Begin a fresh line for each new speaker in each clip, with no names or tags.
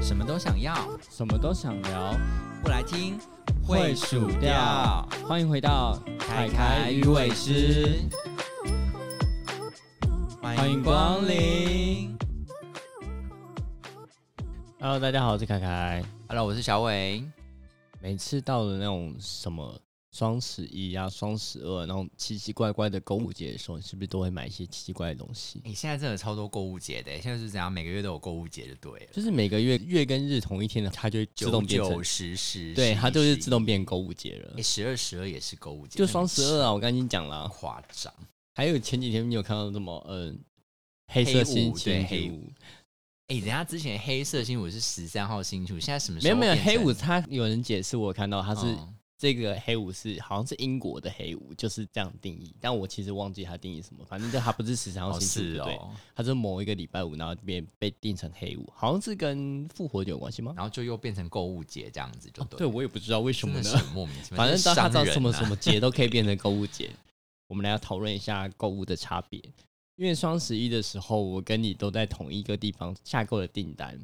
什么都想要，
什么都想聊，
不来听
会数掉。欢迎回到
凯凯与伟师，
欢迎光临。Hello，大家好，我是凯凯。
Hello，我是小伟。
每次到了那种什么双十一啊、双十二那种奇奇怪怪的购物节的时候，你是不是都会买一些奇奇怪的东西？
你、现在真的超多购物节的，现在是怎样？每个月都有购物节就对了，
就是每个月月跟日同一天的，它就会自
九
动变
九
成，
十十，
对，它就是自
动。
动变购物节了
哎、。十二十二也是购物节，
就双十二啊，我跟你讲
那，
啦
很夸张。
还有前几天你有看到什么？嗯、黑色星期
黑五对黑
五，
哎、人家之前黑色星期五是十三号星期五，现在什么时
没
候
有没有
变成
黑五，它有人解释，我有看到它是、
嗯
这个黑五是好像是英国的黑五，就是这样定义。但我其实忘记它定义什么，反正就它不是十三号
哦
星期
是
五，对，
哦，
它是某一个礼拜五，然后变被定成黑五，好像是跟复活节有关系吗？
然后就又变成购物节这样子，就对了。
对，我也不知道为什
真
么
的
呢
是。很莫名其妙。
反正当
他
它知道什么什么节都可以变成购物 节。我们来讨论一下购物的差别，因为双十一的时候，我跟你都在同一个地方下购了订单，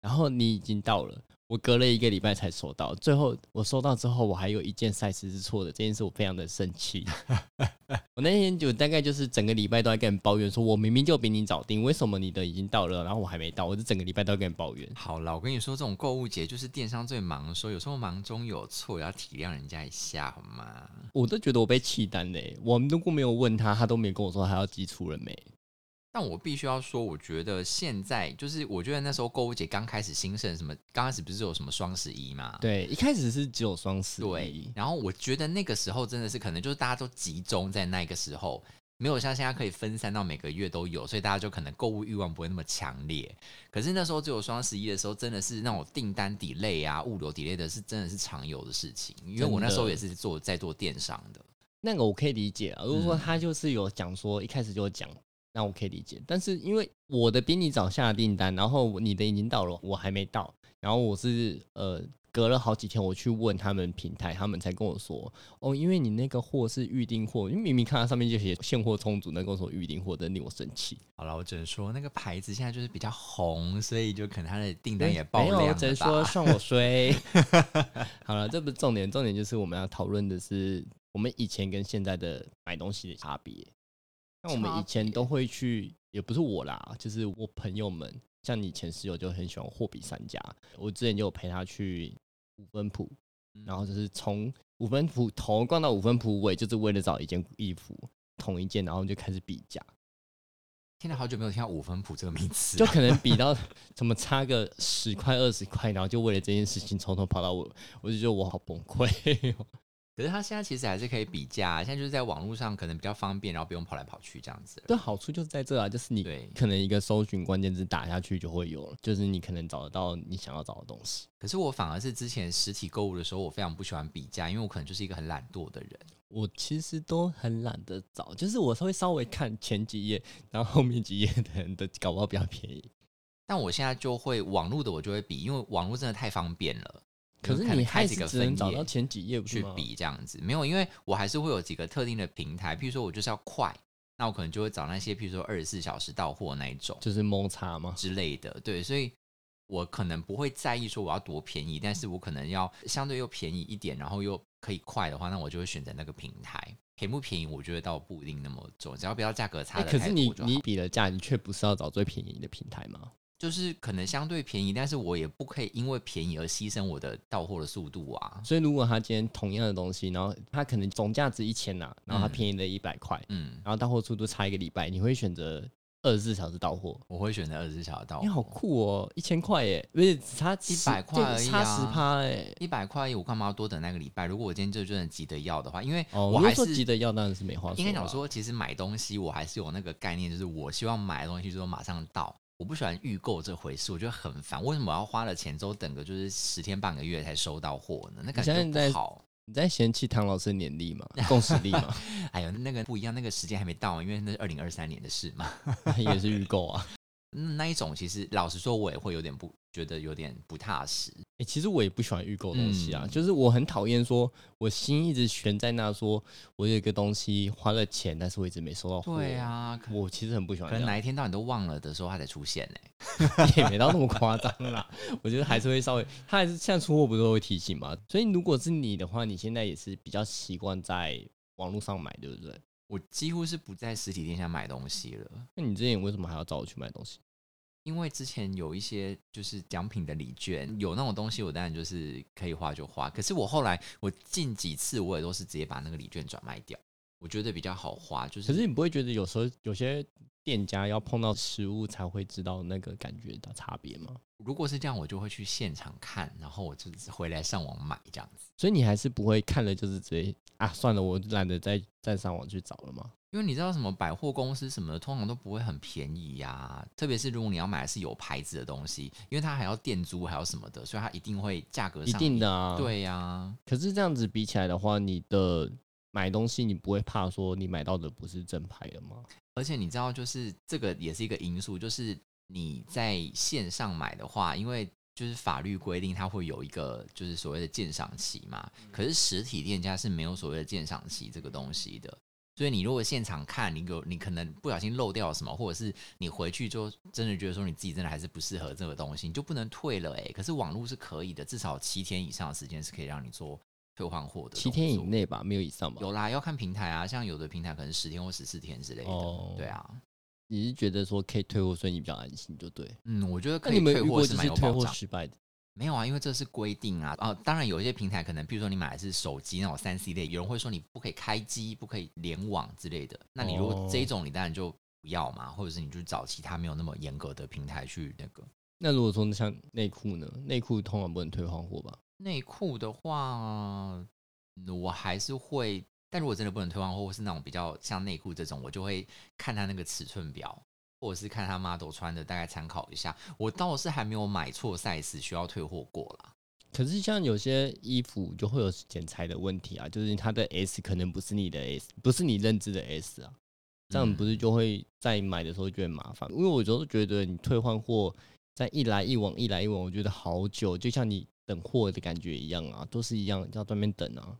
然后你已经到了，我隔了一个礼拜才收到。最后我收到之后，我还有一件 size 是错的，这件事我非常的生 气。我那天就大概就是整个礼拜都在跟人抱怨，说我明明就比你早订，为什么你的已经到了，然后我还没到？我就整个礼拜都在跟人抱怨。
好啦，我跟你说，这种购物节就是电商最忙的时候，有时候忙中有错，也要体谅人家一下好吗？
我都觉得我被气单嘞、我们如果没有问他，他都没跟我说他要寄出了没。
但我必须要说，我觉得现在就是，我觉得那时候购物节刚开始兴盛，什么刚开始不是有什么双十一嘛？
对，一开始是只有双十
对
一，，
然后我觉得那个时候真的是可能就是大家都集中在那个时候，没有像现在可以分散到每个月都有，所以大家就可能购物欲望不会那么强烈。可是那时候只有双十一的时候，真的是那种订单 delay 啊、物流 delay 的是真的是常有的事情，因为我那时候也是做在做电商的。
那个我可以理解啊。如果说他就是有讲说一开始就有讲，那我可以理解。但是因为我的比你早下的订单，然后你的已经到了，我还没到，然后我是呃隔了好几天我去问他们平台，他们才跟我说哦，因为你那个货是预订货，因为明明看到上面就写现货充足，那跟我说预订货，真令我生气。
好了，我只能说那个牌子现在就是比较红，所以就可能它的订单
对，
也爆
没
量
有，我
了
只能
吧
说算我衰。 好了，这不是重点，重点就是我们要讨论的是我们以前跟现在的买东西的差别。那我们以前都会去，也不是我啦，就是我朋友们，像你前室友就很喜欢货比三家，我之前就有陪他去五分铺，
嗯
然后就是从五分铺头逛到五分铺尾，就是为了找一件衣服，同一件，然后就开始比价，
听了好久没有听到五分谱这个名词
就可能比到怎么差个十块二十块，然后就为了这件事情从头跑到尾，我就觉得我好崩溃、哦。
可是它现在其实还是可以比价啊、现在就是在网络上可能比较方便，然后不用跑来跑去这样子。
这好处就是在这啊，就是你
对
可能一个搜寻关键字打下去就会有了，就是你可能找得到你想要找的东西。
可是我反而是之前实体购物的时候，我非常不喜欢比价，因为我可能就是一个很懒惰的人。
我其实都很懒得找，就是我会稍微看前几页，然后后面几页的人的搞不好比较便宜。
但我现在就会网络的，我就会比，因为网络真的太方便了。
可
就是可能
你
开
还
几
是
个
只能
分
找到
页
前几页不是
去
吗？
比这样子，没有，因为我还是会有几个特定的平台，譬如说我就是要快，那我可能就会找那些譬如说二十四小时到货那一种
就是蒙查嘛。
之类的。对，所以我可能不会在意说我要多便宜，但是我可能要相对又便宜一点，然后又可以快的话，那我就会选择那个平台。便不便宜，我觉得倒不一定那么重，只要不要价格差
哎，
的、
可是你
就好
你比了价，你却不是要找最便宜的平台吗？
就是可能相对便宜，但是我也不可以因为便宜而牺牲我的到货的速度啊。
所以如果他今天同样的东西，然后他可能总价值一千呐，然后
嗯
他便宜了一百块，
嗯，
然后到货速度差一个礼拜，你会选择二十四小时到货？
我会选择二十四小时到
你、好
货。
酷哦，一千块耶，不是只差10
100块
就
而已啊
差十趴哎。
一百块，我干嘛要多等那个礼拜？如果我今天就真的急得要的话，因为
哦，
我
如果
还
说
是
急得要，当然是没话说。
应该讲，说，其实买东西我还是有那个概念，就是我希望买的东西就是马上到。我不喜欢预购这回事，我觉得很烦。为什么我要花了钱之后等个就是十天半个月才收到货呢？那感
你
觉
现在
不好。
你在嫌弃唐老师的年 历吗？共识力吗？
哎呦，那个不一样，那个时间还没到，因为那是二零二三年的事嘛。
也是预购啊。
嗯那一种其实老实说，我也会有点不觉得有点不踏实。
欸，其实我也不喜欢预购东西啊，
嗯
就是我很讨厌说，我心一直悬在那说，我有一个东西花了钱，但是我一直没收到货。
对，啊，可
我其实很不喜欢
可
这
能
样，
哪一天到你都忘了的时候，它才出现欸呢、
也没到那么夸张啦。 我觉得还是会稍微，他还是像出货不是都会提醒嘛，所以如果是你的话，你现在也是比较习惯在网络上买，对不对？
我几乎是不在实体店下买东西了。
那你之前为什么还要找我去买东西？
因为之前有一些就是奖品的礼券，有那种东西，我当然就是可以花就花。可是我后来我近几次我也都是直接把那个礼券转卖掉，我觉得比较好花。就
可
是
是你不会觉得有时候有些店家要碰到实物才会知道那个感觉的差别吗？
如果是这样，我就会去现场看，然后我就回来上网买这样子。
所以你还是不会看了就是直接啊，算了，我懒得再再上网去找了嘛。
因为你知道什么百货公司什么的，通常都不会很便宜呀、特别是如果你要买的是有牌子的东西，因为它还要店租还有什么的，所以它一定会价格
一
上
定的啊，。
对呀、
可是这样子比起来的话，你的买东西你不会怕说你买到的不是正牌的吗？
而且你知道，就是这个也是一个因素，就是你在线上买的话，因为就是法律规定它会有一个就是所谓的鉴赏期嘛，
嗯
可是实体店家是没有所谓的鉴赏期这个东西的。所以你如果现场看，你有你可能不小心漏掉什么，或者是你回去就真的觉得说你自己真的还是不适合这个东西，你就不能退了哎、可是网络是可以的，至少七天以上的时间是可以让你做退换货的动作。
七天以内吧，没有以上吧。
有啦，要看平台啊，像有的平台可能十天或十四天之类的。
哦
对啊，
你是觉得说可以退货，所以你比较安心，就对。
嗯，我觉得
那
可
你
以
们
退
有遇
货
过
是
就
蛮
是
有
退
保
货
障。
失败的？
没有啊，因为这是规定啊。啊，当然有一些平台可能，比如说你买的是手机那种三 C 类，有人会说你不可以开机，不可以联网之类的。那你如果
哦
这一种，你当然就不要嘛，或者是你就找其他没有那么严格的平台去那个。
那如果说像内裤呢？内裤通常不能退换货吧？
内裤的话，嗯我还是会，但如果真的不能退换货，或是那种比较像内裤这种，我就会看它那个尺寸表，或者是看它 model 穿的，大概参考一下。我倒是还没有买错 size 需要退货过啦。
可是像有些衣服就会有剪裁的问题啊，就是它的 S 可能不是你的 S，不是你认知的 S 啊，这样
嗯
不是就会在买的时候就很麻烦？因为我就是觉得你退换货在一来一往一来一往，我觉得好久，就像你等货的感觉一样啊，都是一样要在那边等啊。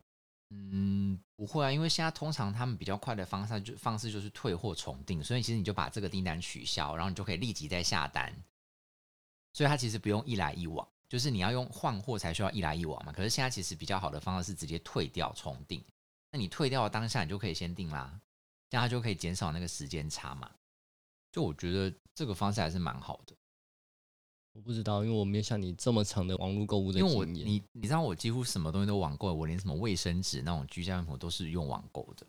嗯，不会啊，因为现在通常他们比较快的方式就方式就是退货重订，所以其实你就把这个订单取消，然后你就可以立即再下单。所以它其实不用一来一往，就是你要用换货才需要一来一往嘛。可是现在其实比较好的方式是直接退掉重订，那你退掉的当下你就可以先订啦，这样它就可以减少那个时间差嘛。就我觉得这个方式还是蛮好的，
我不知道，因为我没有像你这么长的网络购物的
因为我
经验。
你你知道我几乎什么东西都网购，我连什么卫生纸那种居家用品我都是用网购 的，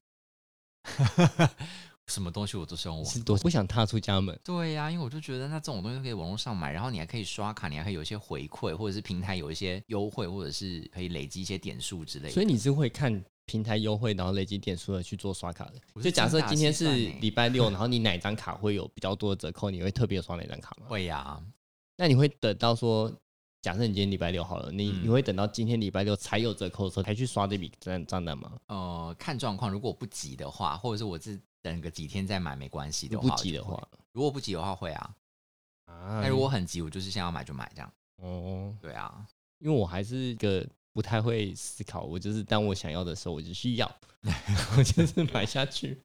什么东西我都是用网
是多不想踏出家门，
对啊呀、因为我就觉得那这种东西都可以网络上买，然后你还可以刷卡，你还可以有一些回馈，或者是平台有一些优惠，或者是可以累积一些点数之类的。
所以你是会看平台优惠，然后累积点数的去做刷卡的。
我是
就假设
精打
今天
细算
是
欸
礼拜 六，然后你哪一张卡会有比较多的折扣，你会特别刷哪张卡吗？
会啊呀、
那你会等到说，假设你今天礼拜六好了，你、
嗯
你会等到今天礼拜六才有折扣的时候才去刷这笔账账单吗？
呃，看状况，如果不急的话，或者是我是等个几天再买没关系
如
的
果
话，
不急
我
的
就会
话，
如果不急的话会啊。
啊
但如果很急，我就是想要买就买这样。
哦，
对啊，
因为我还是一个不太会思考，我就是当我想要的时候，我就去要， 我就是买下去。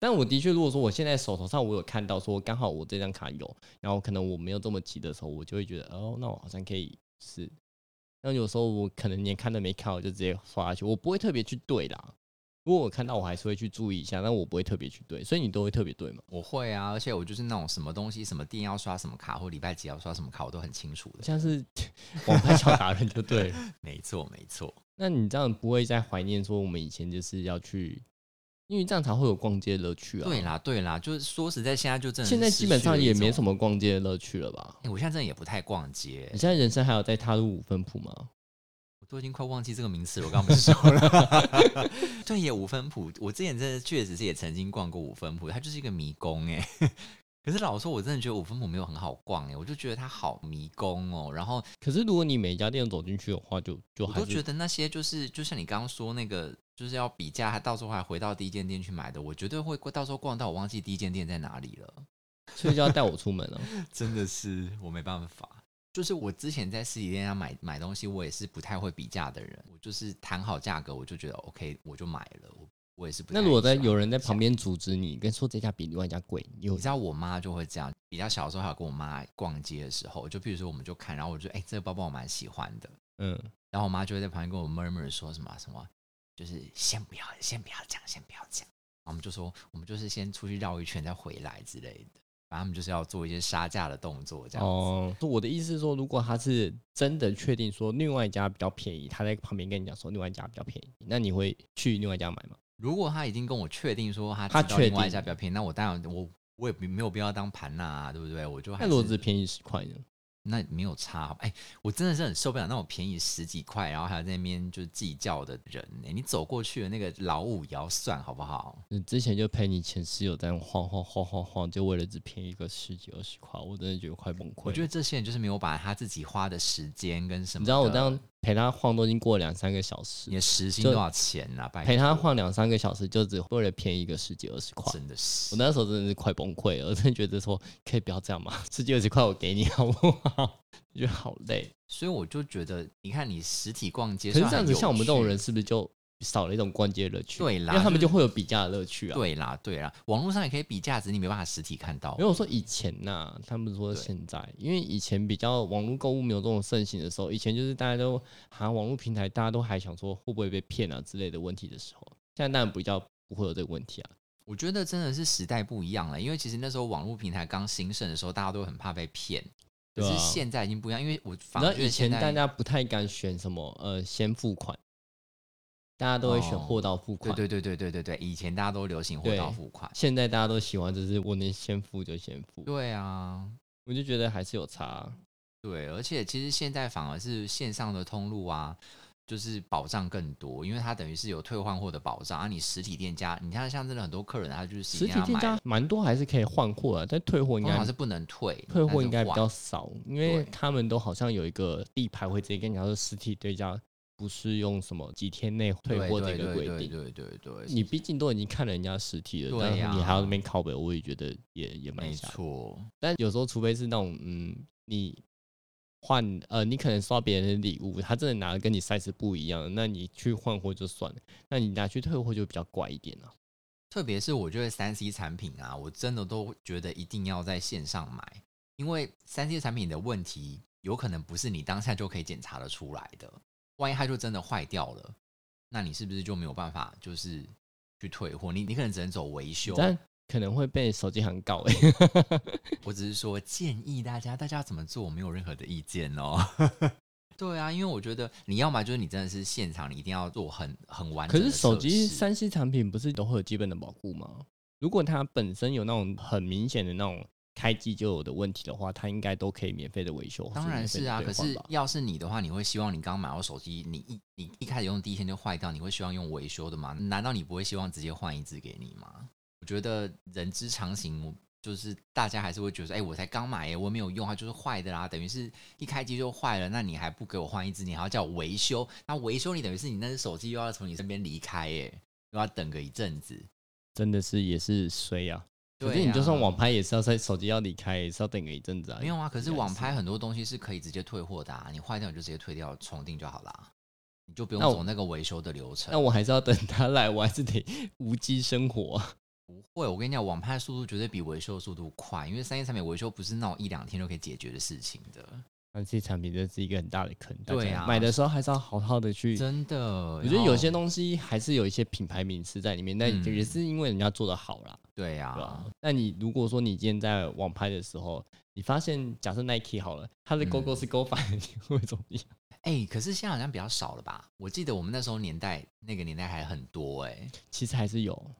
但我的确，如果说我现在手头上我有看到说刚好我这张卡有，然后可能我没有这么急的时候，我就会觉得哦，那我好像可以试。那有时候我可能连看都没看，我就直接刷下去，我不会特别去对啦。如果我看到，我还是会去注意一下，但我不会特别去对，所以你都会特别对嘛？
我会啊，而且我就是那种什么东西、什么店要刷什么卡，或礼拜几要刷什么卡，我都很清楚的。
像是 网拍小达人就对了。
没错，没错。
那你这样不会再怀念说我们以前就是要去，因为这样才会有逛街乐趣啊。
对，啦，对啦，就是说实在，现在就真的
现在基本上也没
么。
什么嗯逛街的乐趣了吧？
欸我现在真的也不太逛街
你，现在人生还有再踏入五分铺吗？
我都已经快忘记这个名词了。我刚刚不是说了？ 对耶，五分埔，我之前真的确实是也曾经逛过五分埔，它就是一个迷宫哎。 可是老实说，我真的觉得五分埔没有很好逛哎，我就觉得它好迷宫哦。然后
可是如果你每一家店走进去的话就，就
我
还
都觉
是
得那些就是就像你刚刚说那个，就是要 比价，它到时候还回到第一间店去买的，我绝对会过到时候逛到我忘记第一间店在哪里了。
所以就要带我出门 了。
真的是我没办法。就是我之前在实体店上买买东西，我也是不太会比价的人，我就是谈好价格，我就觉得 OK，我就买了。我我也是不太
那如果在
喜欢
有人在旁边阻止你，跟说这家比另外一家贵，你有
你知道我妈就会这样，比较小的时候还有跟我妈逛街的时候，就譬如说我们就看，然后我就哎、这个包包我蛮喜欢的，
嗯，
然后我妈就会在旁边跟我 murmur 说什么什么，就是先不要先不要讲，先不要讲，然后我们就说我们就是先出去绕一圈再回来之类的，反正他们就是要做一些杀价的动作这样子。
哦，我的意思是说，如果他是真的确定说另外一家比较便宜，他在旁边跟你讲说另外一家比较便宜，那你会去另外一家买吗？
如果他已经跟我确定说他
他
知道
确
另外一
定
家比较便宜，那我当然我我也没没有必要当盘呐、对不对？我就还
那如果
是
只便宜十块呢？
那没有差好吧，哎、我真的是很受不了那种便宜十几块，然后还要在那边就是计较的人、哎，你走过去的那个老五也要算好不好？
你嗯之前就陪你前室友在那晃晃晃晃晃，就为了只便宜个十几二十块，我真的觉得快崩溃了。
我觉得这些人就是没有把他自己花的时间跟什么的，
你知道我这样陪他晃都已经过了两三个小时
你，的时薪
就
多少钱呐、啊？拜
陪他
托
晃两三个小时，就只为了便宜个十几二十块。
真的是
我那时候真的是快崩溃了，我真的觉得说可以不要这样嘛，十几二十块我给你好不好？ 我觉得好累。
所以我就觉得，你看你实体逛街，
可是这
虽然
样子，
很有
像我们这种
趣
人，是不是就少了一种逛街乐趣？
对
因
啦
为他们
就
就会有比价的乐趣啊。，
对啦对啦，网络上也可以比价值，你没办法实体看到
因为。我说以前呐、他们说
对
现在，因为以前比较网络购物没有这种盛行的时候，以前就是大家都啊网络平台，大家都还想说会不会被骗啊之类的问题的时候，现在当然比较不会有这个问题啊。
我觉得真的是时代不一样了，因为其实那时候网络平台刚兴盛的时候，大家都很怕被骗。可
对
是
啊
现在已经不一样，因为我反
然
而
后
觉得
以
现
前
在
大家不太敢选什么呃先付款，大家都会选
哦
货到付
对
款。
对对对对对对，以前大家都流行货到
对
付款。
现在大家都喜欢就是我能先付就先付，
对啊，
我就觉得还是有差啊。
对，而且其实现在反而是线上的通路啊，就是保障更多，因为它等于是有退换货的保障啊。你实体店家，你看像真的很多客人，他就是
实体
要
店
买
家
的，
蛮多还是可以换货啊，但退货应
通常
该
是不能退，
退
但
货
是
应该比
换
较少，因为
对
他们都好像有一个地牌会直接跟你讲说实体对家不是用什么几天内退
对
货
对
这个
对
规
对
定。
对对对，
你毕竟都已经看了人家实体了，
对
但
呀
是你还要那边拷贝，我也觉得也也蛮
没
吓人
错，
但有时候，除非是那种，嗯，你换呃，你可能收到别人的礼物，他真的拿的跟你 size 不一样，那你去换货就算了，那你拿去退货就比较怪一点了、
特别是我觉得三 C 产品啊，我真的都觉得一定要在线上买，因为三 C 产品的问题有可能不是你当下就可以检查的出来的，万一它就真的坏掉了，那你是不是就没有办法就是去退货？你你可能只能走维修。
但可能会被手机行告哎、
我只是说建议大家，大家怎么做，我没有任何的意见哦。 对啊，因为我觉得你要么就是你真的是现场，你一定要做很很完
可
整的
是手
测
机
试
三 C 产品不是都会有基本的保护吗？如果它本身有那种很明显的那种开机就有的问题的话，它应该都可以免费的维修。
当然
免费
是
的
啊，
兑
可
换
是
吧
要是你的话，你会希望你刚买到手机，你一你一开始用第一天就坏掉，你会希望用维修的吗？难道你不会希望直接换一只给你吗？我觉得人之常情，我就是大家还是会觉得说，哎、我才刚买耶，我没有用，它就是坏的啦，等于是一开机就坏了，那你还不给我换一只，你还要叫我维修，那维修你等于是你那只手机又要从你身边离开耶，又要等个一阵子。
真的是也是衰啊。
对
可是你就
啊
算网拍也是要在手机要离开，也是要等个一阵子啊。
没有啊，可是
也
网拍很多东西是可以直接退货的、啊，你坏掉你就直接退掉重订就好啦，你就不用
那我
走那个维修的流程
那。我还是要等他来，我还是得无机生活啊。
会，我跟你讲，网拍速度绝对比维修速度快，因为三 C 产品维修不是那种一两天就可以解决的事情的，
三 C 产品真是一个很大的坑，大
对
家
啊
买的时候还是要好好的去。
真的。
嗯我
我
觉得有些东西还是有一些品牌名词在里面，但
嗯
也是因为人家做的好啦，
对
对吧
啊，？
那你如果说你今天在网拍的时候，你发现假设 Nike 好了，它的
嗯
勾勾是勾反，你会怎么 样？
哎、可是现在好像比较少了吧？我记得我们那时候年代，那个年代还很多哎、
其实还是有，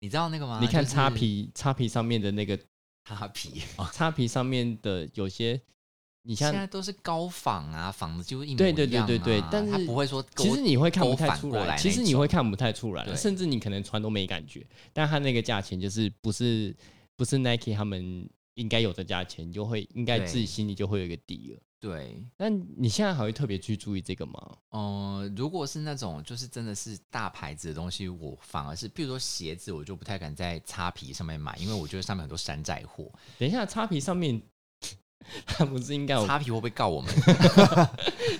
你知道那个吗？
你看
啊就是
叉皮叉皮上面的那个
擦皮，
叉皮上面的有些，你
现
像
在都是高仿啊，仿的几乎一模一
对
样、啊。
对对对对但是
它不会说勾
其实你会看不
勾
太
反
出
过来
来，
那
其实你会看不太出来，
对
甚至你可能穿都没感觉，但它那个价钱就是不是不是 Nike 他们应该有的价钱，你就会应该
对
自己心里就会有一个底了。
对，
那你现在还会特别去注意这个吗？
呃，如果是那种就是真的是大牌子的东西，我反而是，比如说鞋子，我就不太敢在擦皮上面买，因为我觉得上面很多山寨 货，
等一下，擦皮上面， 它不是应该有，
擦皮会不会告我们？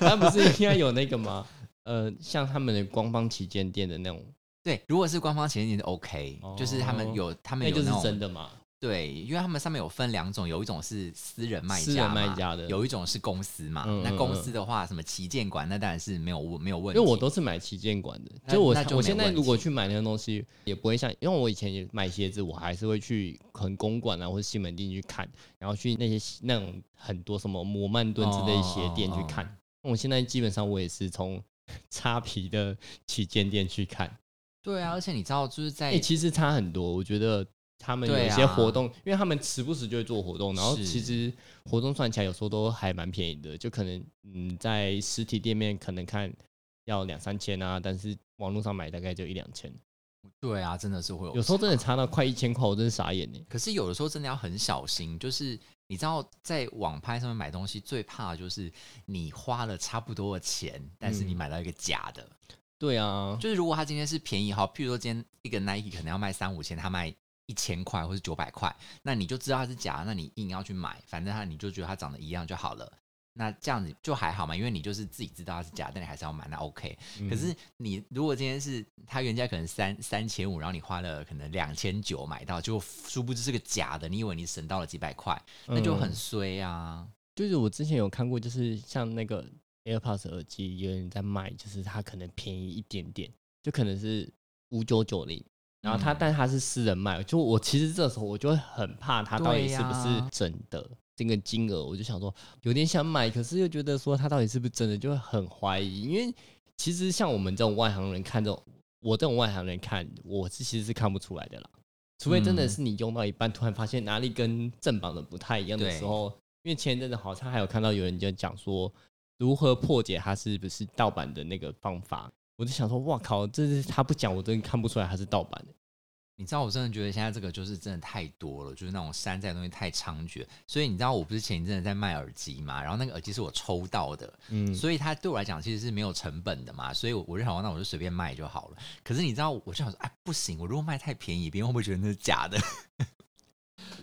它不是应该有那个吗？呃，像他们的官方旗舰店的那种，
对，如果是官方旗舰店是 OK，、就是他们有他们
哦那
有
就
那
是
种
真的嘛？
对，因为他们上面有分两种，有一种是私人卖
私
家
人
嘛，
卖家的
有一种是公司嘛。
嗯
那
嗯
公
嗯
司的话，什么旗舰馆，那当然是没有问没有问
因
题。
为我都是买旗舰款的，
那
就我
那就
我
没
现在
问
如果
题
去买那个东西，也不会像，因为我以前也买鞋子，我还是会去可能公馆啊或者西门町去看，然后去那些西那种很多什么摩曼顿之类的鞋店去
哦
看。那我现在基本上我也是从 擦皮的旗舰店去看，
对啊，而且你知道，就是在、
哎、其实差很多，我觉得。他们有
对
一些
啊
活动，因为他们时不时就会做活动，然后
是
其实活动算起来有时候都还蛮便宜的，就可能嗯在实体店面可能看要两三千啊，但是网络上买大概就一两千，
对啊，真的是会有
有时候真的
差。
差到快一千块，我真是傻眼呢。
可是有的时候真的要很小心，就是你知道，在网拍上面买东西，最怕的就是你花了差不多的钱，但是你
嗯
买到一个假的。
对啊，
就是如果它今天是便宜哈，譬如说今天一个 Nike 可能要卖三五千，它卖一千块或是九百块，那你就知道它是假，那你硬要去买，反正它你就觉得它长得一样就好了。那这样子就还好嘛，因为你就是自己知道它是假，但你还是要买，那 OK。
嗯
可是你如果今天是它原价可能三三千五，然后你花了可能两千九买到，就殊不知是个假的，你以为你省到了几百块，那就很
嗯
衰啊。
就是我之前有看过，就是像那个 AirPods 耳机，有人在卖，就是它可能便宜一点点，就可能是五九九零，然后它、
嗯
但它是私人卖，就我其实这时候我就会很怕它到底
对
是不是
呀
真的。这个金额，我就想说有点想买，可是又觉得说它到底是不是真的，就会很怀疑。因为其实像我们这种外行人看这种，我这种外行人看，我是其实是看不出来的啦。除非真的
嗯
是你用到一半，突然发现哪里跟正版的不太一样的
对
时候，因为前一阵子好像还有看到有人就讲说如何破解它是不是盗版的那个方法，我就想说，哇靠，这是他不讲，我真的看不出来它是盗版的。
你知道，我真的觉得现在这个就是真的太多了，就是那种山寨的东西太猖獗。所以你知道，我不是前一阵子在卖耳机嘛，然后那个耳机是我抽到的，
嗯，
所以它对我来讲其实是没有成本的嘛，所以我我就想说，那我就随便卖就好了。可是你知道，我就想说，哎，不行，我如果卖太便宜，别人会不会觉得那是假的？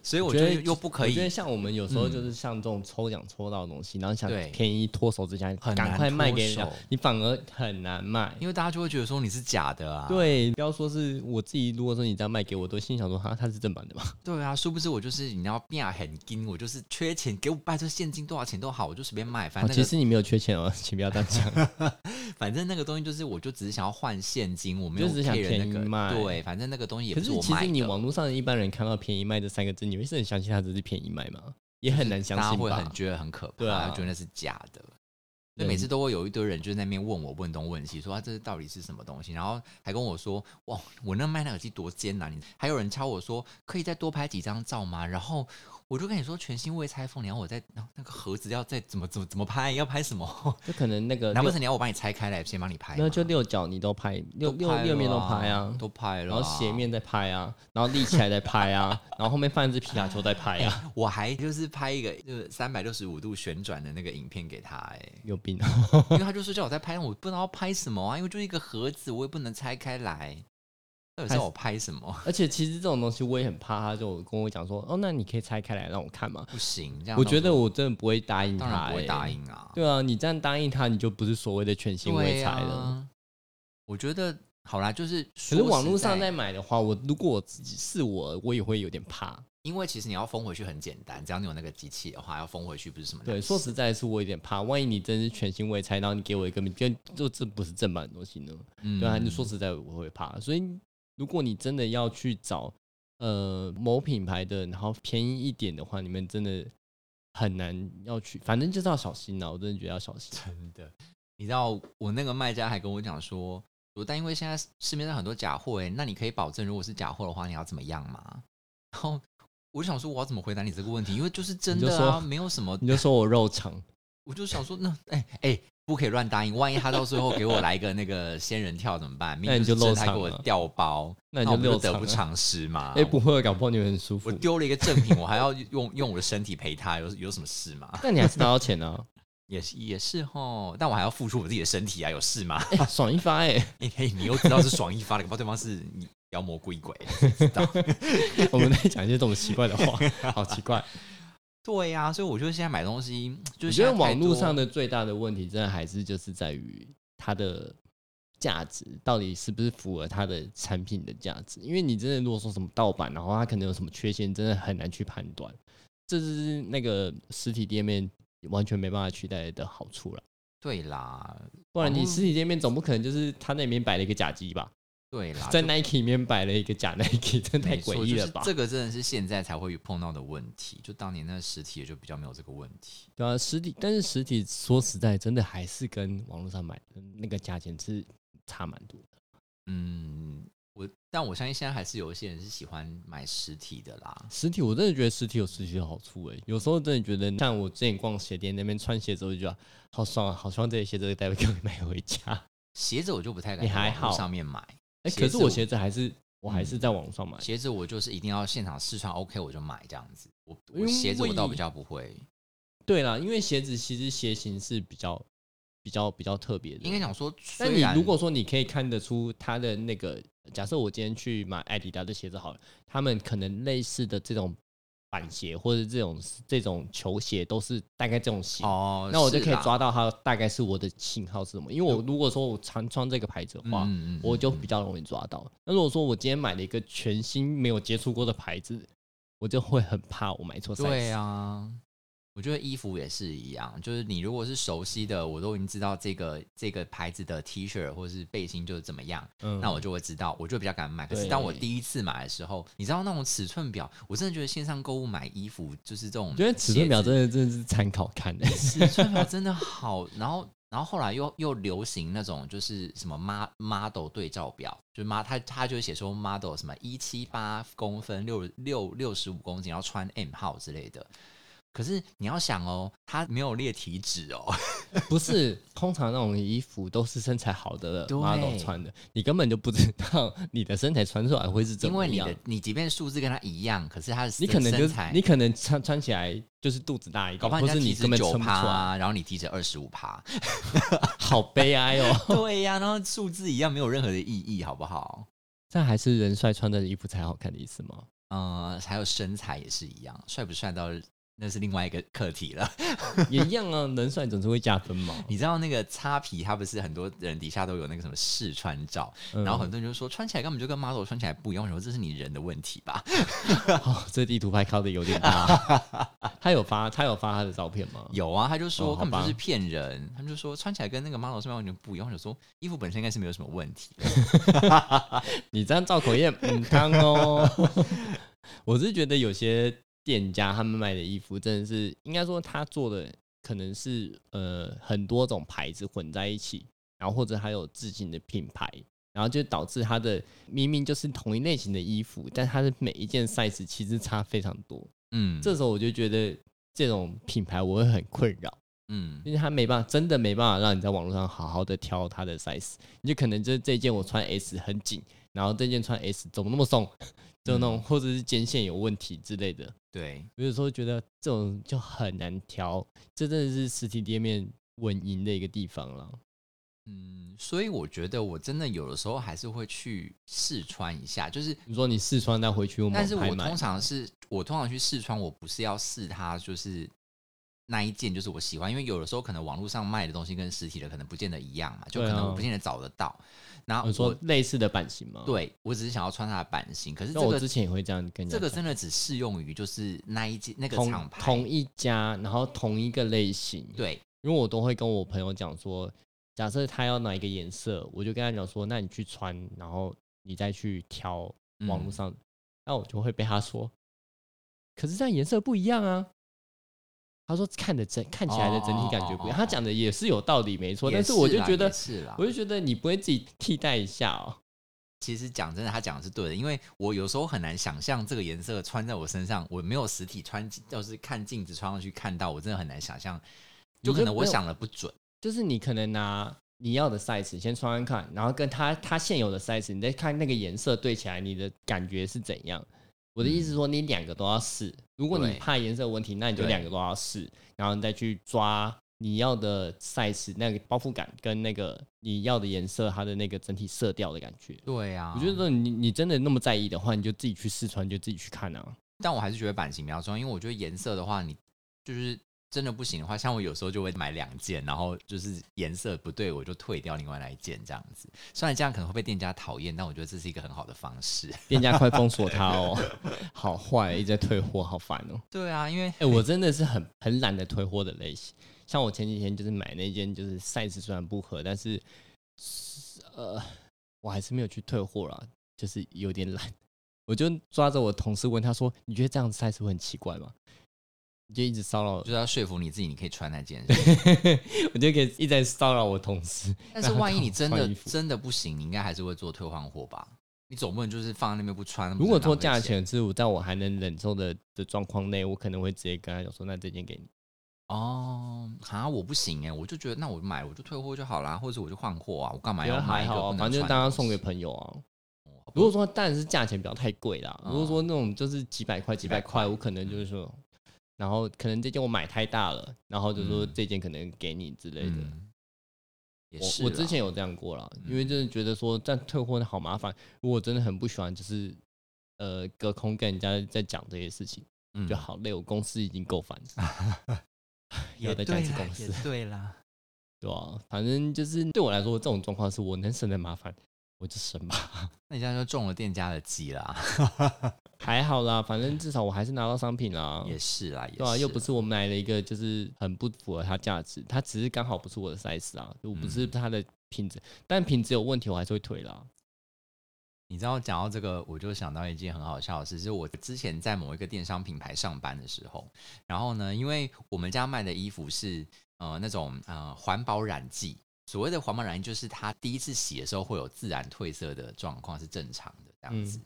所以我
我
觉
觉得
得又不可
我觉得
以，
像我们有时候
嗯
就是像这种抽奖抽到的东西，然后想
对
便宜脱手之下，
很难
赶快卖给人家
脱手，
你反而很难卖。
因为大家就会觉得说你是假的啊。
对，不要说是我自己，如果说你这样卖给我，都心想说哈，它是正版的嘛。
对啊，殊不知我就是你要变很精，我就是缺钱，给我拜托现金多少钱都好，我就随便卖，反
哦
正、那个
其实你没有缺钱哦，请不要这样讲。
反正那个东西就是，我就只是想要换现金，我没
就
有
只想
care
便宜
那个。
卖
对，反正那个东西也
可
不是
是
我
其
买
实
的，
你网络上一般人看到“便宜卖”这三个字，你会是很相信它只是便宜卖吗？也很难相
大家
信
会很
吧？
觉得很可怕，
对啊
觉得那是假的。所
对
以每次都会有一堆人就在那边问我问东问西，说啊这到底是什么东西，然后还跟我说哇我那卖那耳机多艰难，你还有人敲我说可以再多拍几张照吗？然后我就跟你说全新未拆封，你要我在那那个盒子要再怎么怎么怎么拍，要拍什 么？
就可能那个
难不
六
成你要我帮你拆开来先帮你拍吗？
没有就六角你都拍，六
都拍
六六面都
了
拍啊，
都拍了、
然后斜。面再拍啊，然后立起来再拍啊，然后后面放一只皮卡丘再拍啊，
我还就是拍一个就是三百六十五度旋转的那个影片给他、欸，
有病！啊
因为他就说叫我在拍，我不知道拍什么啊，因为就一个盒子，我也不能拆开来，到底是要我拍什么？
而且其实这种东西我也很怕，他就跟我讲说，哦，那你可以拆开来让我看嘛。
不行，这样
我觉
到
得我真的不会答应
时
他、
候当然不会
欸
答。应啊，
对啊，你这样答应他，你就不是所谓的全新未
对
拆了。
啊。我觉得好啦，就是
可
可
是网络上在，买的话，我如果我自己是我，我也会有点怕。
因为其实你要封回去很简单，只要你有那个机器的话，要封回去不嗯是什么难
对，
事
说实在是我有点怕，万一你真是全新未拆，然后你给我一个名，就就这不是正版的东西呢？
嗯
对啊，你说实在我会怕。所以如果你真的要去找呃某品牌的，然后便宜一点的话，你们真的很难要去，反正就是要小心啦。我真的觉得要小心。
真的，你知道我那个卖家还跟我讲说，但因为现在市面上很多假货，哎，那你可以保证如果是假货的话，你要怎么样吗？然后我就想说，我要怎么回答你这个问题？因为就是真
你就
的
说
啊，没有什么，
你就说我肉长，
我就想说，那哎哎、不可以乱答应，万一他到最后给我来一个那个仙人跳怎么办？
那你就
明明
漏
是他
场
给我
了
调包，
那你
那
就
我们
六
就得
长
不
啊。
偿失嘛。
哎、不会，搞不好你们很舒服
我。丢了一个赠品，我还要用用我的身体陪他，有有什么事吗？
但你还是拿到钱啊？
也是也是哦，但我还要付出我自己的身体啊，有事吗？
哎、爽一发哎、
哎、嘿你又知道是爽一发了，搞不好对方是你妖魔鬼鬼，谁知道？
我们在讲一些这种奇怪的话，好奇怪。
对呀、所以我觉得现在买东西，就
我
是
觉
现在
得网络上
的
的最大的问题，真的还是就是在于它的价值到底是不是符合它的产品的价值？因为你真的如果说什么盗版，然后它可能有什么缺陷，真的很难去判断。这就是那个实体店面完全没办法取代的好处了。
对啦，
不然
网
你
络
实体店面总不可能就是它那里面摆了一个假鸡吧，
对啦，啊
在
就
Nike 里面摆了一个假 Nike，真的太
没错
诡异了
就是
吧？
这个真的是现在才会碰到的问题，就当年那实体的就比较没有这个问题。
对啊，实体，但是实体说实在，真的还是跟网络上买的那个价钱是差蛮多的。
嗯，我但我相信现在还是有一些人是喜欢买实体的啦。
实体我真的觉得实体有实体的好处诶、有时候真的觉得，像我之前逛鞋店那边穿鞋子，我就觉得好爽啊，好希望这些鞋子待会可以买回家。
鞋子我就不太敢
你还
在网
好
络上面买，
哎、
鞋
可是
子
我
我嗯
鞋子还是我还是在网络上买，
鞋子我就是一定要现场试穿 OK 我就买这样子。我
因
我
为
鞋子我倒比较不会，
对啦，因为鞋子其实鞋型是比较比较比较特别的。
应该讲说，
但
虽
你
然
如果说你可以看得出它的那个，假设我今天去买艾迪达的鞋子好了，他们可能类似的这种板鞋或者这种这种球鞋都是大概这种型，
哦，
那我就是可以
啦
抓到它大概是我的型号是什么。因为我如果说我常穿这个牌子的话，
嗯嗯嗯
我就
嗯
比较容易抓到。那如果说我今天买了一个全新没有接触过的牌子，我就会很怕我买错 size。
对啊，我觉得衣服也是一样，就是你如果是熟悉的，我都已经知道这个这个牌子的 T 恤或是背心就是怎么样，
嗯
那我就会知道，我就比较敢买。可是
对
当我第一次买的时候，你知道那种尺寸表，我真的觉得线上购物买衣服就是这种鞋
我
子，
觉得尺寸表真的真的是参考看的、
尺寸表真的好，然后。然后后来又又流行那种就是什么 mo- model 对照表，就是 mo 他他就会写说 model 什么一七八公分六六六十五公斤，然后穿 M 号之类的。可是你要想哦，他没有列体脂哦，
不是，通常那种衣服都是身材好的
对
model 穿的，你根本就不知道你的身材穿出来会是怎
因
么
为你
样。
的你即便数字跟他一样，可是他的
你可能就
身
是
材，
你可能穿穿起来就是肚子大一
搞
点，
不好人
或
家
是
体
你
脂
根本
九
撑不出
趴
来，
啊，然后你体脂二十五趴，
好悲哀哦。
对呀、然后数字一样没有任何的意义，好不好？
这还是人帅穿的衣服才好看的意 思吗？
嗯，还有身材也是一样，帅不帅到那是另外一个课题了。
也一样啊，人帅总是会加分嘛。
你知道那个擦皮，它不是很多人底下都有那个什么试穿照，
嗯
然后 很多人就说穿起来根本就跟 model 穿起来不一样。我说这是你人的问题吧？
哦，这地图拍靠的有 点大。他有发他有发他的照片吗？
有啊，他就说
哦好吧
根本就是骗人，他们就说穿起来跟那个 model 是完全不一样。我想说衣服本身应该是没有什么问题，
你这样造口业很康哦。 我是觉得有些店家他们卖的衣服真的是，应该说他做的可能是呃很多种牌子混在一起，然后或者还有自己的品牌，然后就导致他的明明就是同一类型的衣服，但它的每一件 size 其实差非常多。
嗯，
这时候我就觉得这种品牌我会很困扰。
嗯
因为他没办法，真的没办法让你在网络上好好的挑它的 size，你就可能就是这件我穿 S 很紧，然后这件穿 S 怎么那么松，
嗯
就那种、或者是肩线有问题之类的，
对，
有的时候觉得这种就很难挑，这真的是实体店面稳赢的一个地方了。
嗯，所以我觉得我真的有的时候还是会去试穿一下，就是
你说你试穿再回去用
但是
网拍
我
买
通，常是我通常去试穿，我不是要试它，就是那一件就是我喜欢，因为有的时候可能网络上卖的东西跟实体的可能不见得一样嘛，就
对
可
啊
能我不见得找得到。然后
你说
我
类似的版型吗？，
对我只是想要穿它的版型，可是
那
这
我
个
之前也会这样跟人家
这个
讲
真的只适用于就是那一件那个厂
同
牌
同一家，然后同一个类型，
对，
因为我都会跟我朋友讲说，假设他要哪一个颜色，我就跟他讲说，那你去穿，然后你再去挑
嗯
网络上的，那我就会被他说，可是这样颜色不一样啊。他说看的整看起来的整体感觉不一
哦哦哦哦
样，他讲的也是有道理，没错。
也
但是我就
啦
觉得
也，是啦，
我就觉得你不会自己替代一下哦。
其实讲真的，他讲的是对的，因为我有时候很难想象这个颜色穿在我身上，我没有实体穿，要是看镜子穿上去看到，我真的很难想象，
你
就
就
可能我
没有
想了不准。
就是你可能拿你要的 size 先穿穿看，然后跟它它现有的 size，你再看那个颜色对起来，你的感觉是怎样。我的意思是说，你两个都要试。如果你
嗯对
怕颜色有问题，那你就
对
两个都要试，然后你再去抓你要的 size 那个包覆感跟那个你要的颜色，它的那个整体色调的感觉。
对啊，
我觉，得你你真的那么在意的话，你就自己去试穿，你就自己去看啊。
但我还是觉得版型比较重要，因为我觉得颜色的话，你就是真的不行的话，像我有时候就会买两件，然后就是颜色不对，我就退掉另外那一件这样子。虽然这样可能会被店家讨厌，但我觉得这是一个很好的方式。
店家快封锁他哦， 好坏一直在退货，好烦哦。
对啊，因为
哎、我真的是很很懒得退货的类型。像我前几天就是买那件，就是 size 虽然不合，但是呃，我还是没有去退货啦，就是有点懒。我就抓着我同事问他说：“你觉得这样子 size 会很奇怪吗？”你就一直骚扰
就，是要说服你自己，你可以穿那 件。
我就可以一直在骚扰我同事。
但是万一你真
让
的
他换衣服
真的不行，你应该还是会做退换货吧？你总不能就是放在那边不穿。那不
如果
是很
说
浪费
价钱是我在我还能忍受的的状况内，我可能会直接跟他讲说：“那这件给你。
哦，啊，我不行哎、我就觉得那我买了我就退货就好啦，或者我就换货啊，我干”嘛
觉
要
得
买
还
一个
好
不
啊，
能
反正就
穿
大
的
家
东
送给
西
朋友啊。
哦
如果说当然是价钱不要太贵啦，
嗯
如果说那种就是几百块几百块，
块
我可能就是说，然后可能这件我买太大了，然后就说
嗯
这件可能给你之类的。
嗯，也是
我我
啦嗯
之前有这样过啦，因为真的觉得说这样退货好麻烦，如果真的很不喜欢，就是呃隔空跟人家在讲这些事情，
嗯
就好累。我公司已经够烦，
也
要再
对
讲一次
啦
公，司
也，对啦，
对啊，反正就是对我来说，这种状况是我能省的麻烦，我就省吧。
那你这样就中了店家的计啦，
还好啦，反正至少我还是拿到商品啦。
也是啦，也
对啊，又不
啦
是我买了一个就是很不符合它价值，它只是刚好不是我的 size 啊，我不
嗯
是它的品质，但品质有问题我还是会退啦。
你知道讲到这个，我就想到一件很好笑的事，就是我之前在某一个电商品牌上班的时候，然后呢，因为我们家卖的衣服是呃那种呃环保染剂，所谓的环保染剂就是它第一次洗的时候会有自然褪色的状况是正常的这样子。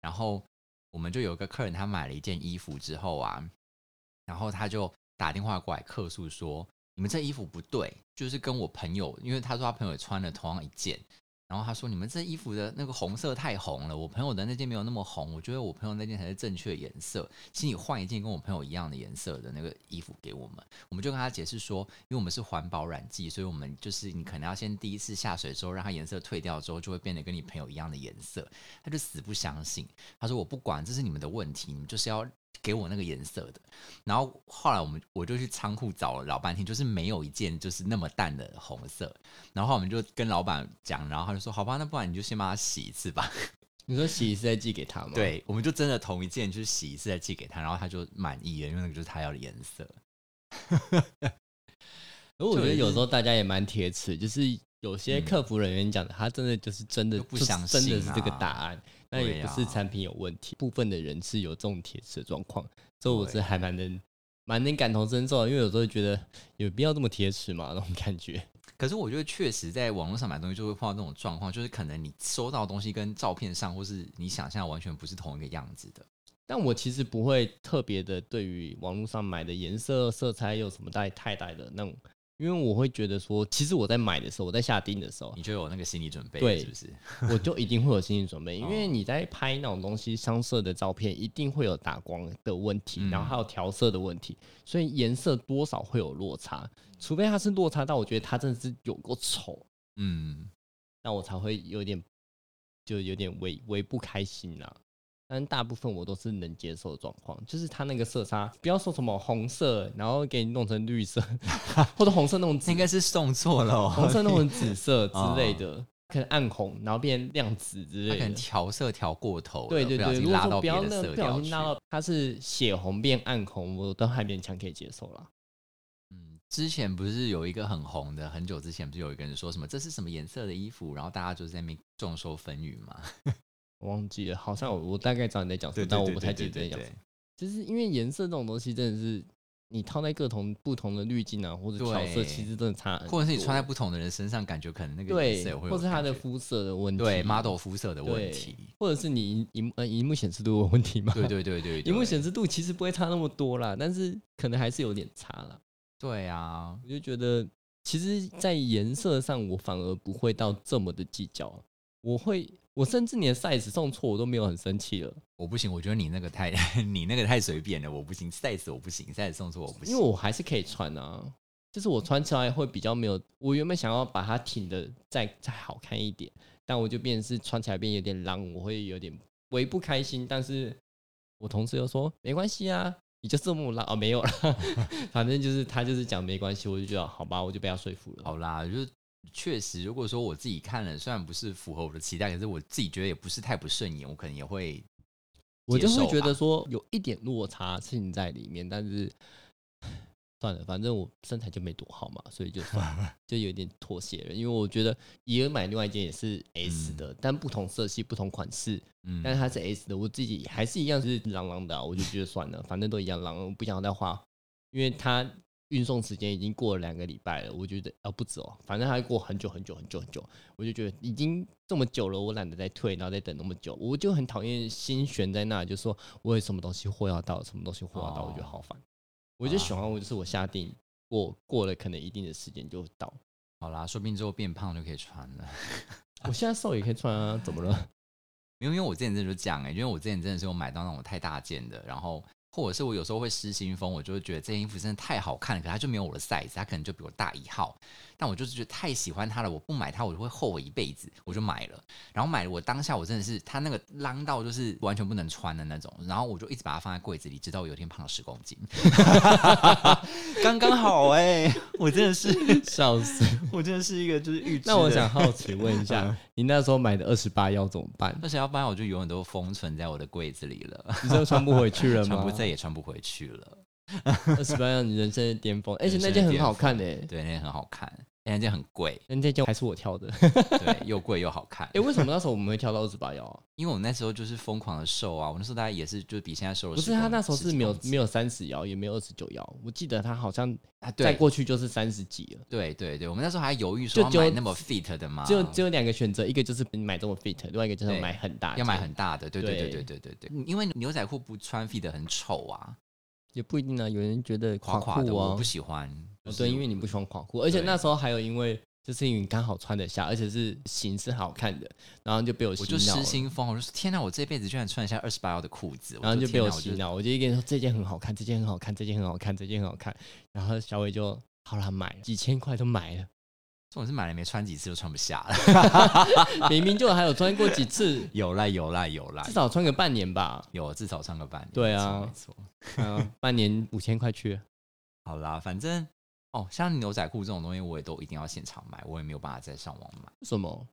然后我们就有一个客人，他买了一件衣服之后啊，然后他就打电话过来客诉说：“你们这衣服不对，就是跟我朋友，因为他说他朋友也穿了同样一件，然后他说你们这衣服的那个红色太红了，我朋友的那件没有那么红，我觉得我朋友那件才是正确的颜色，请你换一件跟我朋友一样的颜色的那个衣服给我们。”我们就跟他解释说，因为我们是环保染剂，所以我们就是你可能要先第一次下水之后，让它颜色退掉之后，就会变得跟你朋友一样的颜色。他就死不相信，他说我不管，这是你们的问题，你们就是要给我那个颜色的。然后后来我们我就去仓库找了老半天，就是没有一件就是那么淡的红色。然后我们就跟老板讲，然后他就说好吧，那不然你就先把它洗一次吧。
你说洗一次再寄给他吗？，
对，我们就真的同一件去洗一次再寄给他，然后他就满意了，因为那个就是他要的颜色。
而我觉得
对
有时候大家也蛮铁齿，就是有些
嗯
客服人员讲的，他真的就是真的
就不
就是
相
真的
信
是这个
啊
答案，那
对
也不是
啊
产品有问题，部分的人是有这种铁齿的状况，所以我是
对
还蛮能蛮能感同身受的，啊因为有时候觉得有必要这么铁齿嘛那种感觉。
可是我觉得确实在网络上买东西就会碰到这种状况，就是可能你收到的东西跟照片上或是你想象完全不是同一个样子的。
但我其实不会特别的对于网络上买的颜色、色彩有什么太太大的那种，因为我会觉得说，其实我在买的时候，我在下定的 时候，
你就有那个心理准备，
对
是不是？
我就一定会有心理准备，因为你在拍那种东西相色的照片，一定会有打光的问题，
嗯
然后还有调色的问题，所以颜色多少会有落差，除非它是落差到我觉得它真的是有够丑，
嗯，
那我才会有点就有点微微不开心啦、但大部分我都是能接受的状况，就是它那个色差，不要说什么红色，然后给你弄成绿色， 或者红色弄紫
应，该是送错了、
红
哦，
色弄成紫色之类的，可能暗红，然后变亮紫之
他可
类
能
的。
调色调过头了，
对对
不小
对，
心
如果
拉
说
到
不
别
要
的
那
色
不小
调
心
去。
拉到它是血红变暗红，我都还勉强可以接受啦。
嗯，之前不是有一个很红的，很久之前不是有一个人说什么这是什么颜色的衣服，然后大家就在那边众说纷纭嘛。
我忘记了，好像我我大概知道你在讲什么，但我不太记得你在讲什么。就是因为颜色这种东西，真的是你套在各种不同的滤镜啊，或者调色，
对
其实真的差很多。
呃或者是你穿在不同的人身上，感觉可能那个颜色
对，
也会
或
有
是它
感
的
觉
肤色的问题，
对 model 肤色的问
对
题。
或者是你荧呃荧幕显示度有问题嘛？
对，对对对对，
荧幕显示度其实不会差那么多啦，但是可能还是有点差啦。
对啊，
我就觉得，其实，在颜色上，我反而不会到这么的计较。啊我会，我甚至连 size 送错，我都没有很生气了，
我不行，我觉得你那个太 你那个太随便了，我不行，size 我不行，size 送错我不行，
因为我还是可以穿啊。就是我穿起来会比较没有，我原本想要把它挺的再再好看一点，但我就变成是穿起来变有点狼，我会有点为不开心。但是我同事又说没关系啊，你就这么狼哦，没有啦， 反正就是他就是讲没关系，我就觉得好吧，我就被他说服了。
好啦，就是确实，如果说我自己看了，虽然不是符合我的期待，可是我自己觉得也不是太不顺眼，我可能也会
我就会觉
接受
得
吧
说有一点落差性在里面，但是算了，反正我身材就没多好嘛，所以就算 了就有点妥协了。因为我觉得也买另外一件也是 S 的，但不同色系、不同款式，
嗯
但是它是 S 的，我自己还是一样是朗朗的啊、我就觉得算了，反正都一样朗，我不想要再花，因为它运送时间已经过了两个礼拜了，我觉得呃不止哦，反正它过很久很久很久很久，我就觉得已经这么久了，我懒得再退，然后再等那么久，我就很讨厌心悬在那，就说我有什么东西货要到，什么东西货要到，
哦
我觉得好烦。我就喜欢我就是我下定过过了可能一定的时间就到，
好啦，说不定之后变胖就可以穿了。
我现在瘦也可以穿啊，怎么了？
因为因为我之前真的就讲哎、因为我之前真的是有买到那种太大件的，然后或者是我有时候会失心疯，我就会觉得这件衣服真的太好看了，可它就没有我的 size，它可能就比我大一号，但我就是觉得太喜欢它了，我不买它我就会后悔一辈子，我就买了，然后买了我当下我真的是它那个浪到就是完全不能穿的那种，然后我就一直把它放在柜子里，直到我有一天胖了十公斤， 刚刚好哎、我真的是
笑死！
我真的是一个就是预知
那我
的嗯
想好奇问一 下，你那时候买的二十八腰怎么办？
啊而且要不然我就永远都封存在我的柜子里了，
你真的穿不回去 了
穿
吗
不？再也穿不回去了。
二十八腰，你人生的巅峰，而哎且那件很好看诶、
对，那件很好看，那件很 贵，
那那件还是我挑的。
对，又贵又好看
诶，。为什么那时候我们会挑到二十八腰啊、
因为我那时候就是疯狂的瘦啊，我那时候大概也是就比现在瘦了
不
10公斤。
是，他那时候是没有没
有
有三十腰，也没有二十九腰。我记得他好像
啊，
再
对
过去就是三十几了，
对对对，我们那时候还犹豫说
就
要买
就
那么 fit 的吗？
只有只有两个选择，一个就是买这么 fit，另外一个就是
啊对
买很大件，
要买很大的，对对对对对
对
对对，因为牛仔裤不穿 fit 很丑啊，
也不一定啊。有人觉得
垮垮的
裤
我
啊
不，喜欢。就
哦
是
对，因为你不喜欢垮裤，而且
对
那时候还有因为就是因为你刚好穿得下，而且是型是好看的，然后就被我
我
洗
就
脑
失
了。
心疯，我就说天哪，我这辈子居然穿一下二十八腰的裤子，
然后就被
天哪
我
我
洗脑，我就一个人说这件很好看，这件很好看，这件很好看，这件很好看。然后小伟就好了，买了几千块都买了，
这种是买了没穿几次就穿不下了。，
明明就还有穿过几次
有啦有啦有啦，
至少穿个半年吧。
有至少穿个半年。
对啊
没错。没错
啊，半年五千块去了，
好啦，反正哦，像牛仔裤这种东西，我也都一定要现场买，我也没有办法在上网买，
为什么？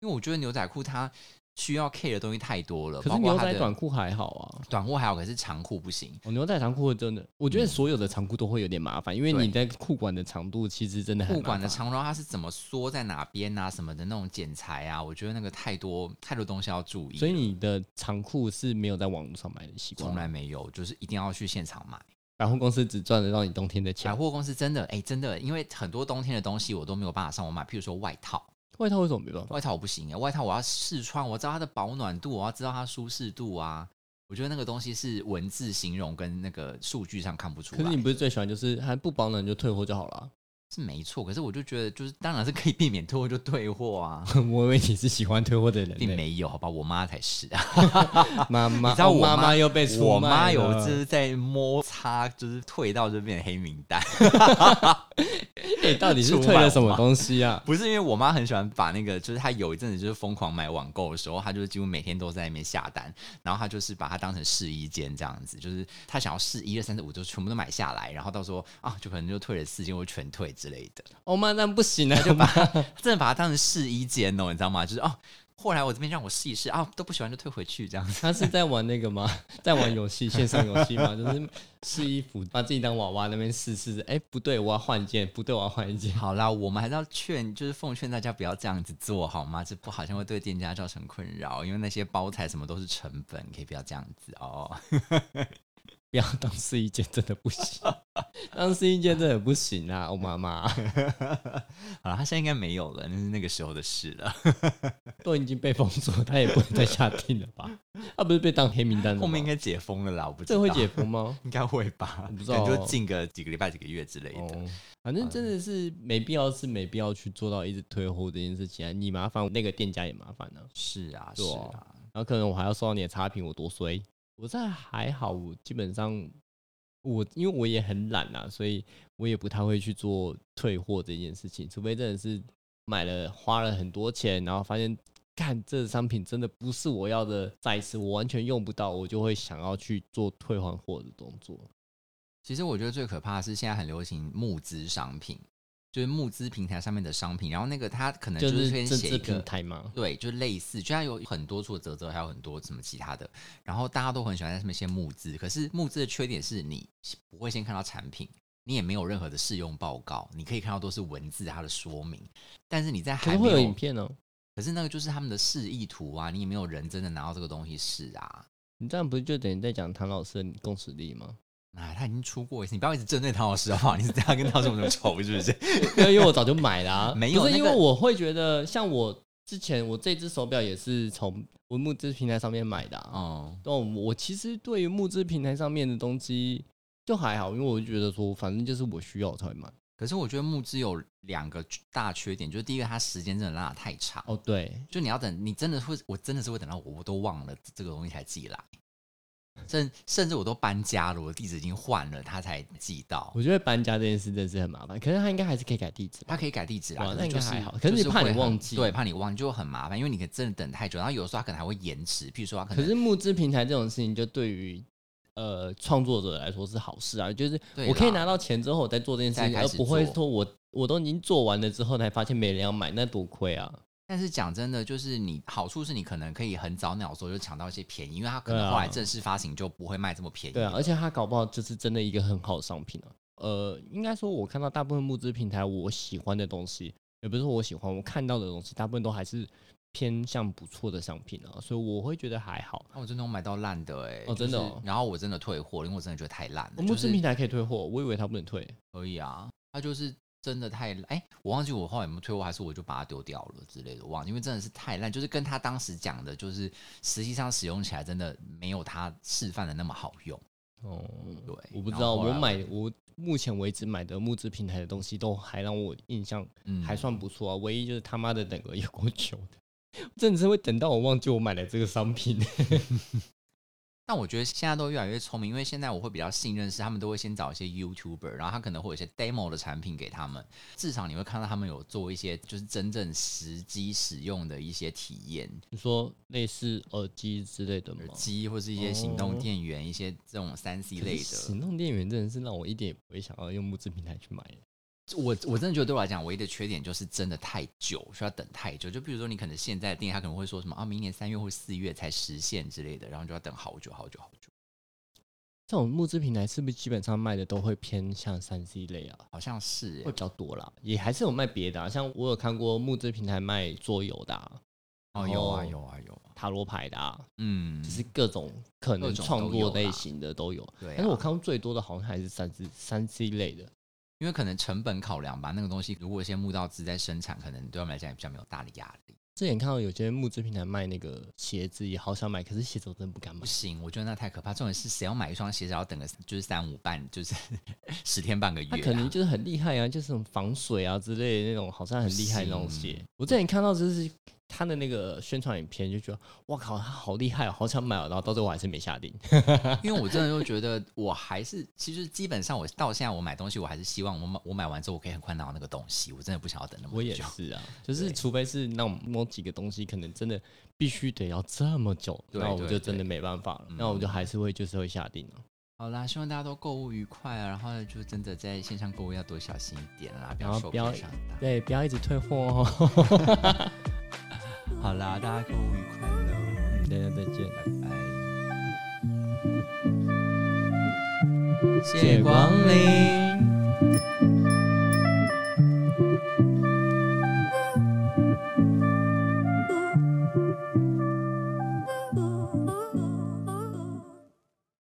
因为我觉得牛仔裤它需要 care 的东西太多了，
可
包
是
括
牛
它
仔
的
短裤还好啊。
短裤还好，可是长裤不行。
哦，牛仔长裤真的，我觉得所有的长裤都会有点麻烦，因为
嗯对
你在裤管的长度其实真的很
裤管
麻
的
烦
长度它是怎么缩在哪边啊什么的那种剪裁啊，我觉得那个太多太多东西要注意，
所以你的长裤是没有在网络上买的习惯吗，
从来没有，就是一定要去现场买。
百货公司只赚得到你冬天的
百
钱。
货公司真的哎、真的，因为很多冬天的东西我都没有办法上网买，譬如说外套。
外套为什么没办法？
外套我不行哎，外套我要试穿，我要知道它的保暖度，我要知道它舒适度啊。我觉得那个东西是文字形容跟那个数据上看不出
可
来，
是你不是最喜欢就是还不保暖就退货就好 了啊。
是没错。可是我就觉得，就是当然是可以避免退货就退货啊，
我以为你是喜欢退货的人、
并
呢。
没有，好吧？我妈才是啊，
妈 妈，
你知道
哦
我
妈
妈
又被出卖
我妈有
了
就，是在摩擦，就是退到这边黑名单，
哎到底是
出
退
卖
了
我
什么
妈
东西 啊？
不是因为我妈很喜欢把那个，就是她有一阵子就是疯狂买网购的时候，她就是几乎每天都在那边下单，然后她就是把它当成试衣间这样子，就是她想要试一二三四五就全部都买下来，然后到时候啊就可能就退了四件或全退之类的，
哦妈，那不 行啊，就把
她真的把它当成试衣间哦，你知道吗？就是哦，后来我这边让我试一试啊，都不喜欢就退回去这样子。
他是在玩那个吗？ 在玩游戏，线上游戏吗？ 就是试衣服，把自己当娃娃那边试试。哎，不对，我要换一件，不对，我要换一件。
好啦，我们还是要劝，就是奉劝大家不要这样子做好吗？这不好像会对店家造成困扰，因为那些包材什么都是成本，可以不要这样子哦。
不要当试衣间，真的不行。 当试衣间真的不行啊！哦妈妈，
好了，他现在应该没有了，那是那个时候的事了。
都已经被封锁，他也不会再下定了 吧？他不是被当黑名单了吗？
后面应该解封了啦，我不知道
这会解封吗？
应该会吧，
我不知
可能
道
就禁个几个礼拜、几个月之类的。
哦，反正真的是没必要，是没必要去做到一直退货这件事情啊。你麻烦那个店家也麻烦呢、啊，
是啊，是
对啊
啊，
然后可能我还要收到你的差评，我多衰。我这还好，我基本上我因为我也很懒啊，所以我也不太会去做退货这件事情，除非真的是买了花了很多钱，然后发现看这个商品真的不是我要的，再一次我完全用不到，我就会想要去做退换货的动作。
其实我觉得最可怕的是现在很流行募资商品，就是募资平台上面的商品，然后那个它可能
就
哎就是
是
先
政
写一
治
个
平。台嘛，
对，就类似，就它有很多除了泽泽，还有很多什么其他的，然后大家都很喜欢在上面先募资。可是募资的缺点是你不会先看到产品，你也没有任何的试用报告，你可以看到都是文字它的说明，但是你在
可
还
能
没
会有
有
影片哦、
可是那个就是他们的示意图啊，你也没有人真的拿到这个东西试啊。
你这样不是就等于在讲唐老师的共识力吗？
啊，他已经出过一次，你不要一直针对唐老师好不好？啊你是这样跟唐老师有什么仇是不 是？
因为我早就买了、啊，
没有
不是
那
因
个
为我会觉得，像我之前我这只手表也是从文募资平台上面买的啊。
哦、
那、我其实对于募资平台上面的东西就还好，因为我就觉得说，反正就是我需要我才会买。
可是我觉得募资有两个大缺点，就是第一个，它时间真的拉的太长，
哦，对，
就你要等，你真的会，我真的是会等到我我都忘了这个东西才寄来，甚甚至我都搬家了，我的地址已经换了，他才寄到。
我觉得搬家这件事真的是很麻烦，可是他应该还是可以改地址吧。
他可以改地址啦，啊
哇
可
那
是
应
就
该
是
还好可是你
就
怕你
会很
忘记
对，怕你忘记就很麻烦，因为你可真的等太久，然后有时候他可能还会延迟，譬如说他可
可
能
是募资平台这种事情，就对于呃创作者来说是好事啊，就是
对
我可以
啦
拿到钱之后我再做这件事情，
再
而
开始
不会
做
说我我都已经做完了之后才发现没人要买，那多亏啊！
但是讲真的，就是你好处是你可能可以很早鸟的时候就抢到一些便宜，因为它可
对
能
啊
后来正式发行就不会卖这么便宜
对
了。
啊，而且他搞不好就是真的一个很好的商品啊。呃，应该说，我看到大部分募资平台我喜欢的东西，也不是说我喜欢，我看到的东西，大部分都还是偏向不错的商品啊，所以我会觉得还好。
啊那我真的有买到烂的哎、欸，
哦真的哦
就是然后我真的退货，因为我真的觉得太烂了。
哦募
就
资
是
平台可以退货，我以为他不能退。
可以啊，它就是真的太烂。哎、我忘记我后来有没有退货，还是我就把它丢掉了之类的，我忘记，因为真的是太烂，就是跟他当时讲的，就是实际上使用起来真的没有他示范的那么好用。
哦，
对，
我不知
然
道，
后后
我
来
买我目前为止买的募资平台的东西都还让我印象
嗯
还算不错啊，唯一就是他妈的等个有够久的，真的是会等到我忘记我买了这个商品。
但我觉得现在都越来越聪明，因为现在我会比较信任是他们都会先找一些 YouTuber，然后他可能会有一些 demo 的产品给他们，至少你会看到他们有做一些就是真正实际使用的一些体验，
你说类似耳机之类的吗
耳？机或是一些行动
哦
电源、一些这种三 C
可
类
是
的。
行动电源真的是让我一点也不会想要用募资平台去买。
我我真的觉得对我来讲，唯一的缺点就是真的太久，需要等太久。就比如说你可能现在的定，他可能会说什么啊，明年三月或四月才实现之类的，然后就要等好久好久好久。
这种募资平台是不是基本上卖的都会偏向三 C 类啊？
好像是欸耶、
会比较多啦，也还是有卖别的、啊，像我有看过募资平台卖桌游的、啊、
哦，有啊
哦
有啊有啊，
塔罗牌的、啊，
嗯，
就是各种可
各
能
种
创
都有
作
啦
类型的都有。
对啊、
但是我看过最多的好像还是三 C 三 C 类的，
因为可能成本考量吧，那个东西如果先募到资再生产，可能对他们来讲也比较没有大的压力。
之前看到有些募资平台卖那个鞋子，也好想买，可是鞋子我真的不敢买
不。行，我觉得那太可怕。重点是谁要买一双鞋子要等个就是三五半，就是 十天半个月、
它
啊，
可能就是很厉害啊，就是什么防水啊之类的那种，好像很厉害那种鞋
行。
我之前看到就是他的那个宣传影片，就觉得哇靠，他好厉害、哦，好想买、哦，然后到最后我还是没下定。
因为我真的就觉得，我还是其实基本上我到现在我买东西，我还是希望我买我买完之后我可以很快拿到那个东西，我真的不想要等那么久。
我也是啊，就是除非是那种某几个东西，可能真的必须得要这么久，
对
那我
对
就真的
对
没办法了，
嗯
那我就还是会就是会下定了、
好啦，希望大家都购物愉快啊，然后呢就真的在线上购物要多小心一点啦，不
然
要
后
受
不要
骗上当。
对，不要一直退货哦。
好啦，大家购物愉快喽，嗯
大家再见。
拜拜。
谢谢光临。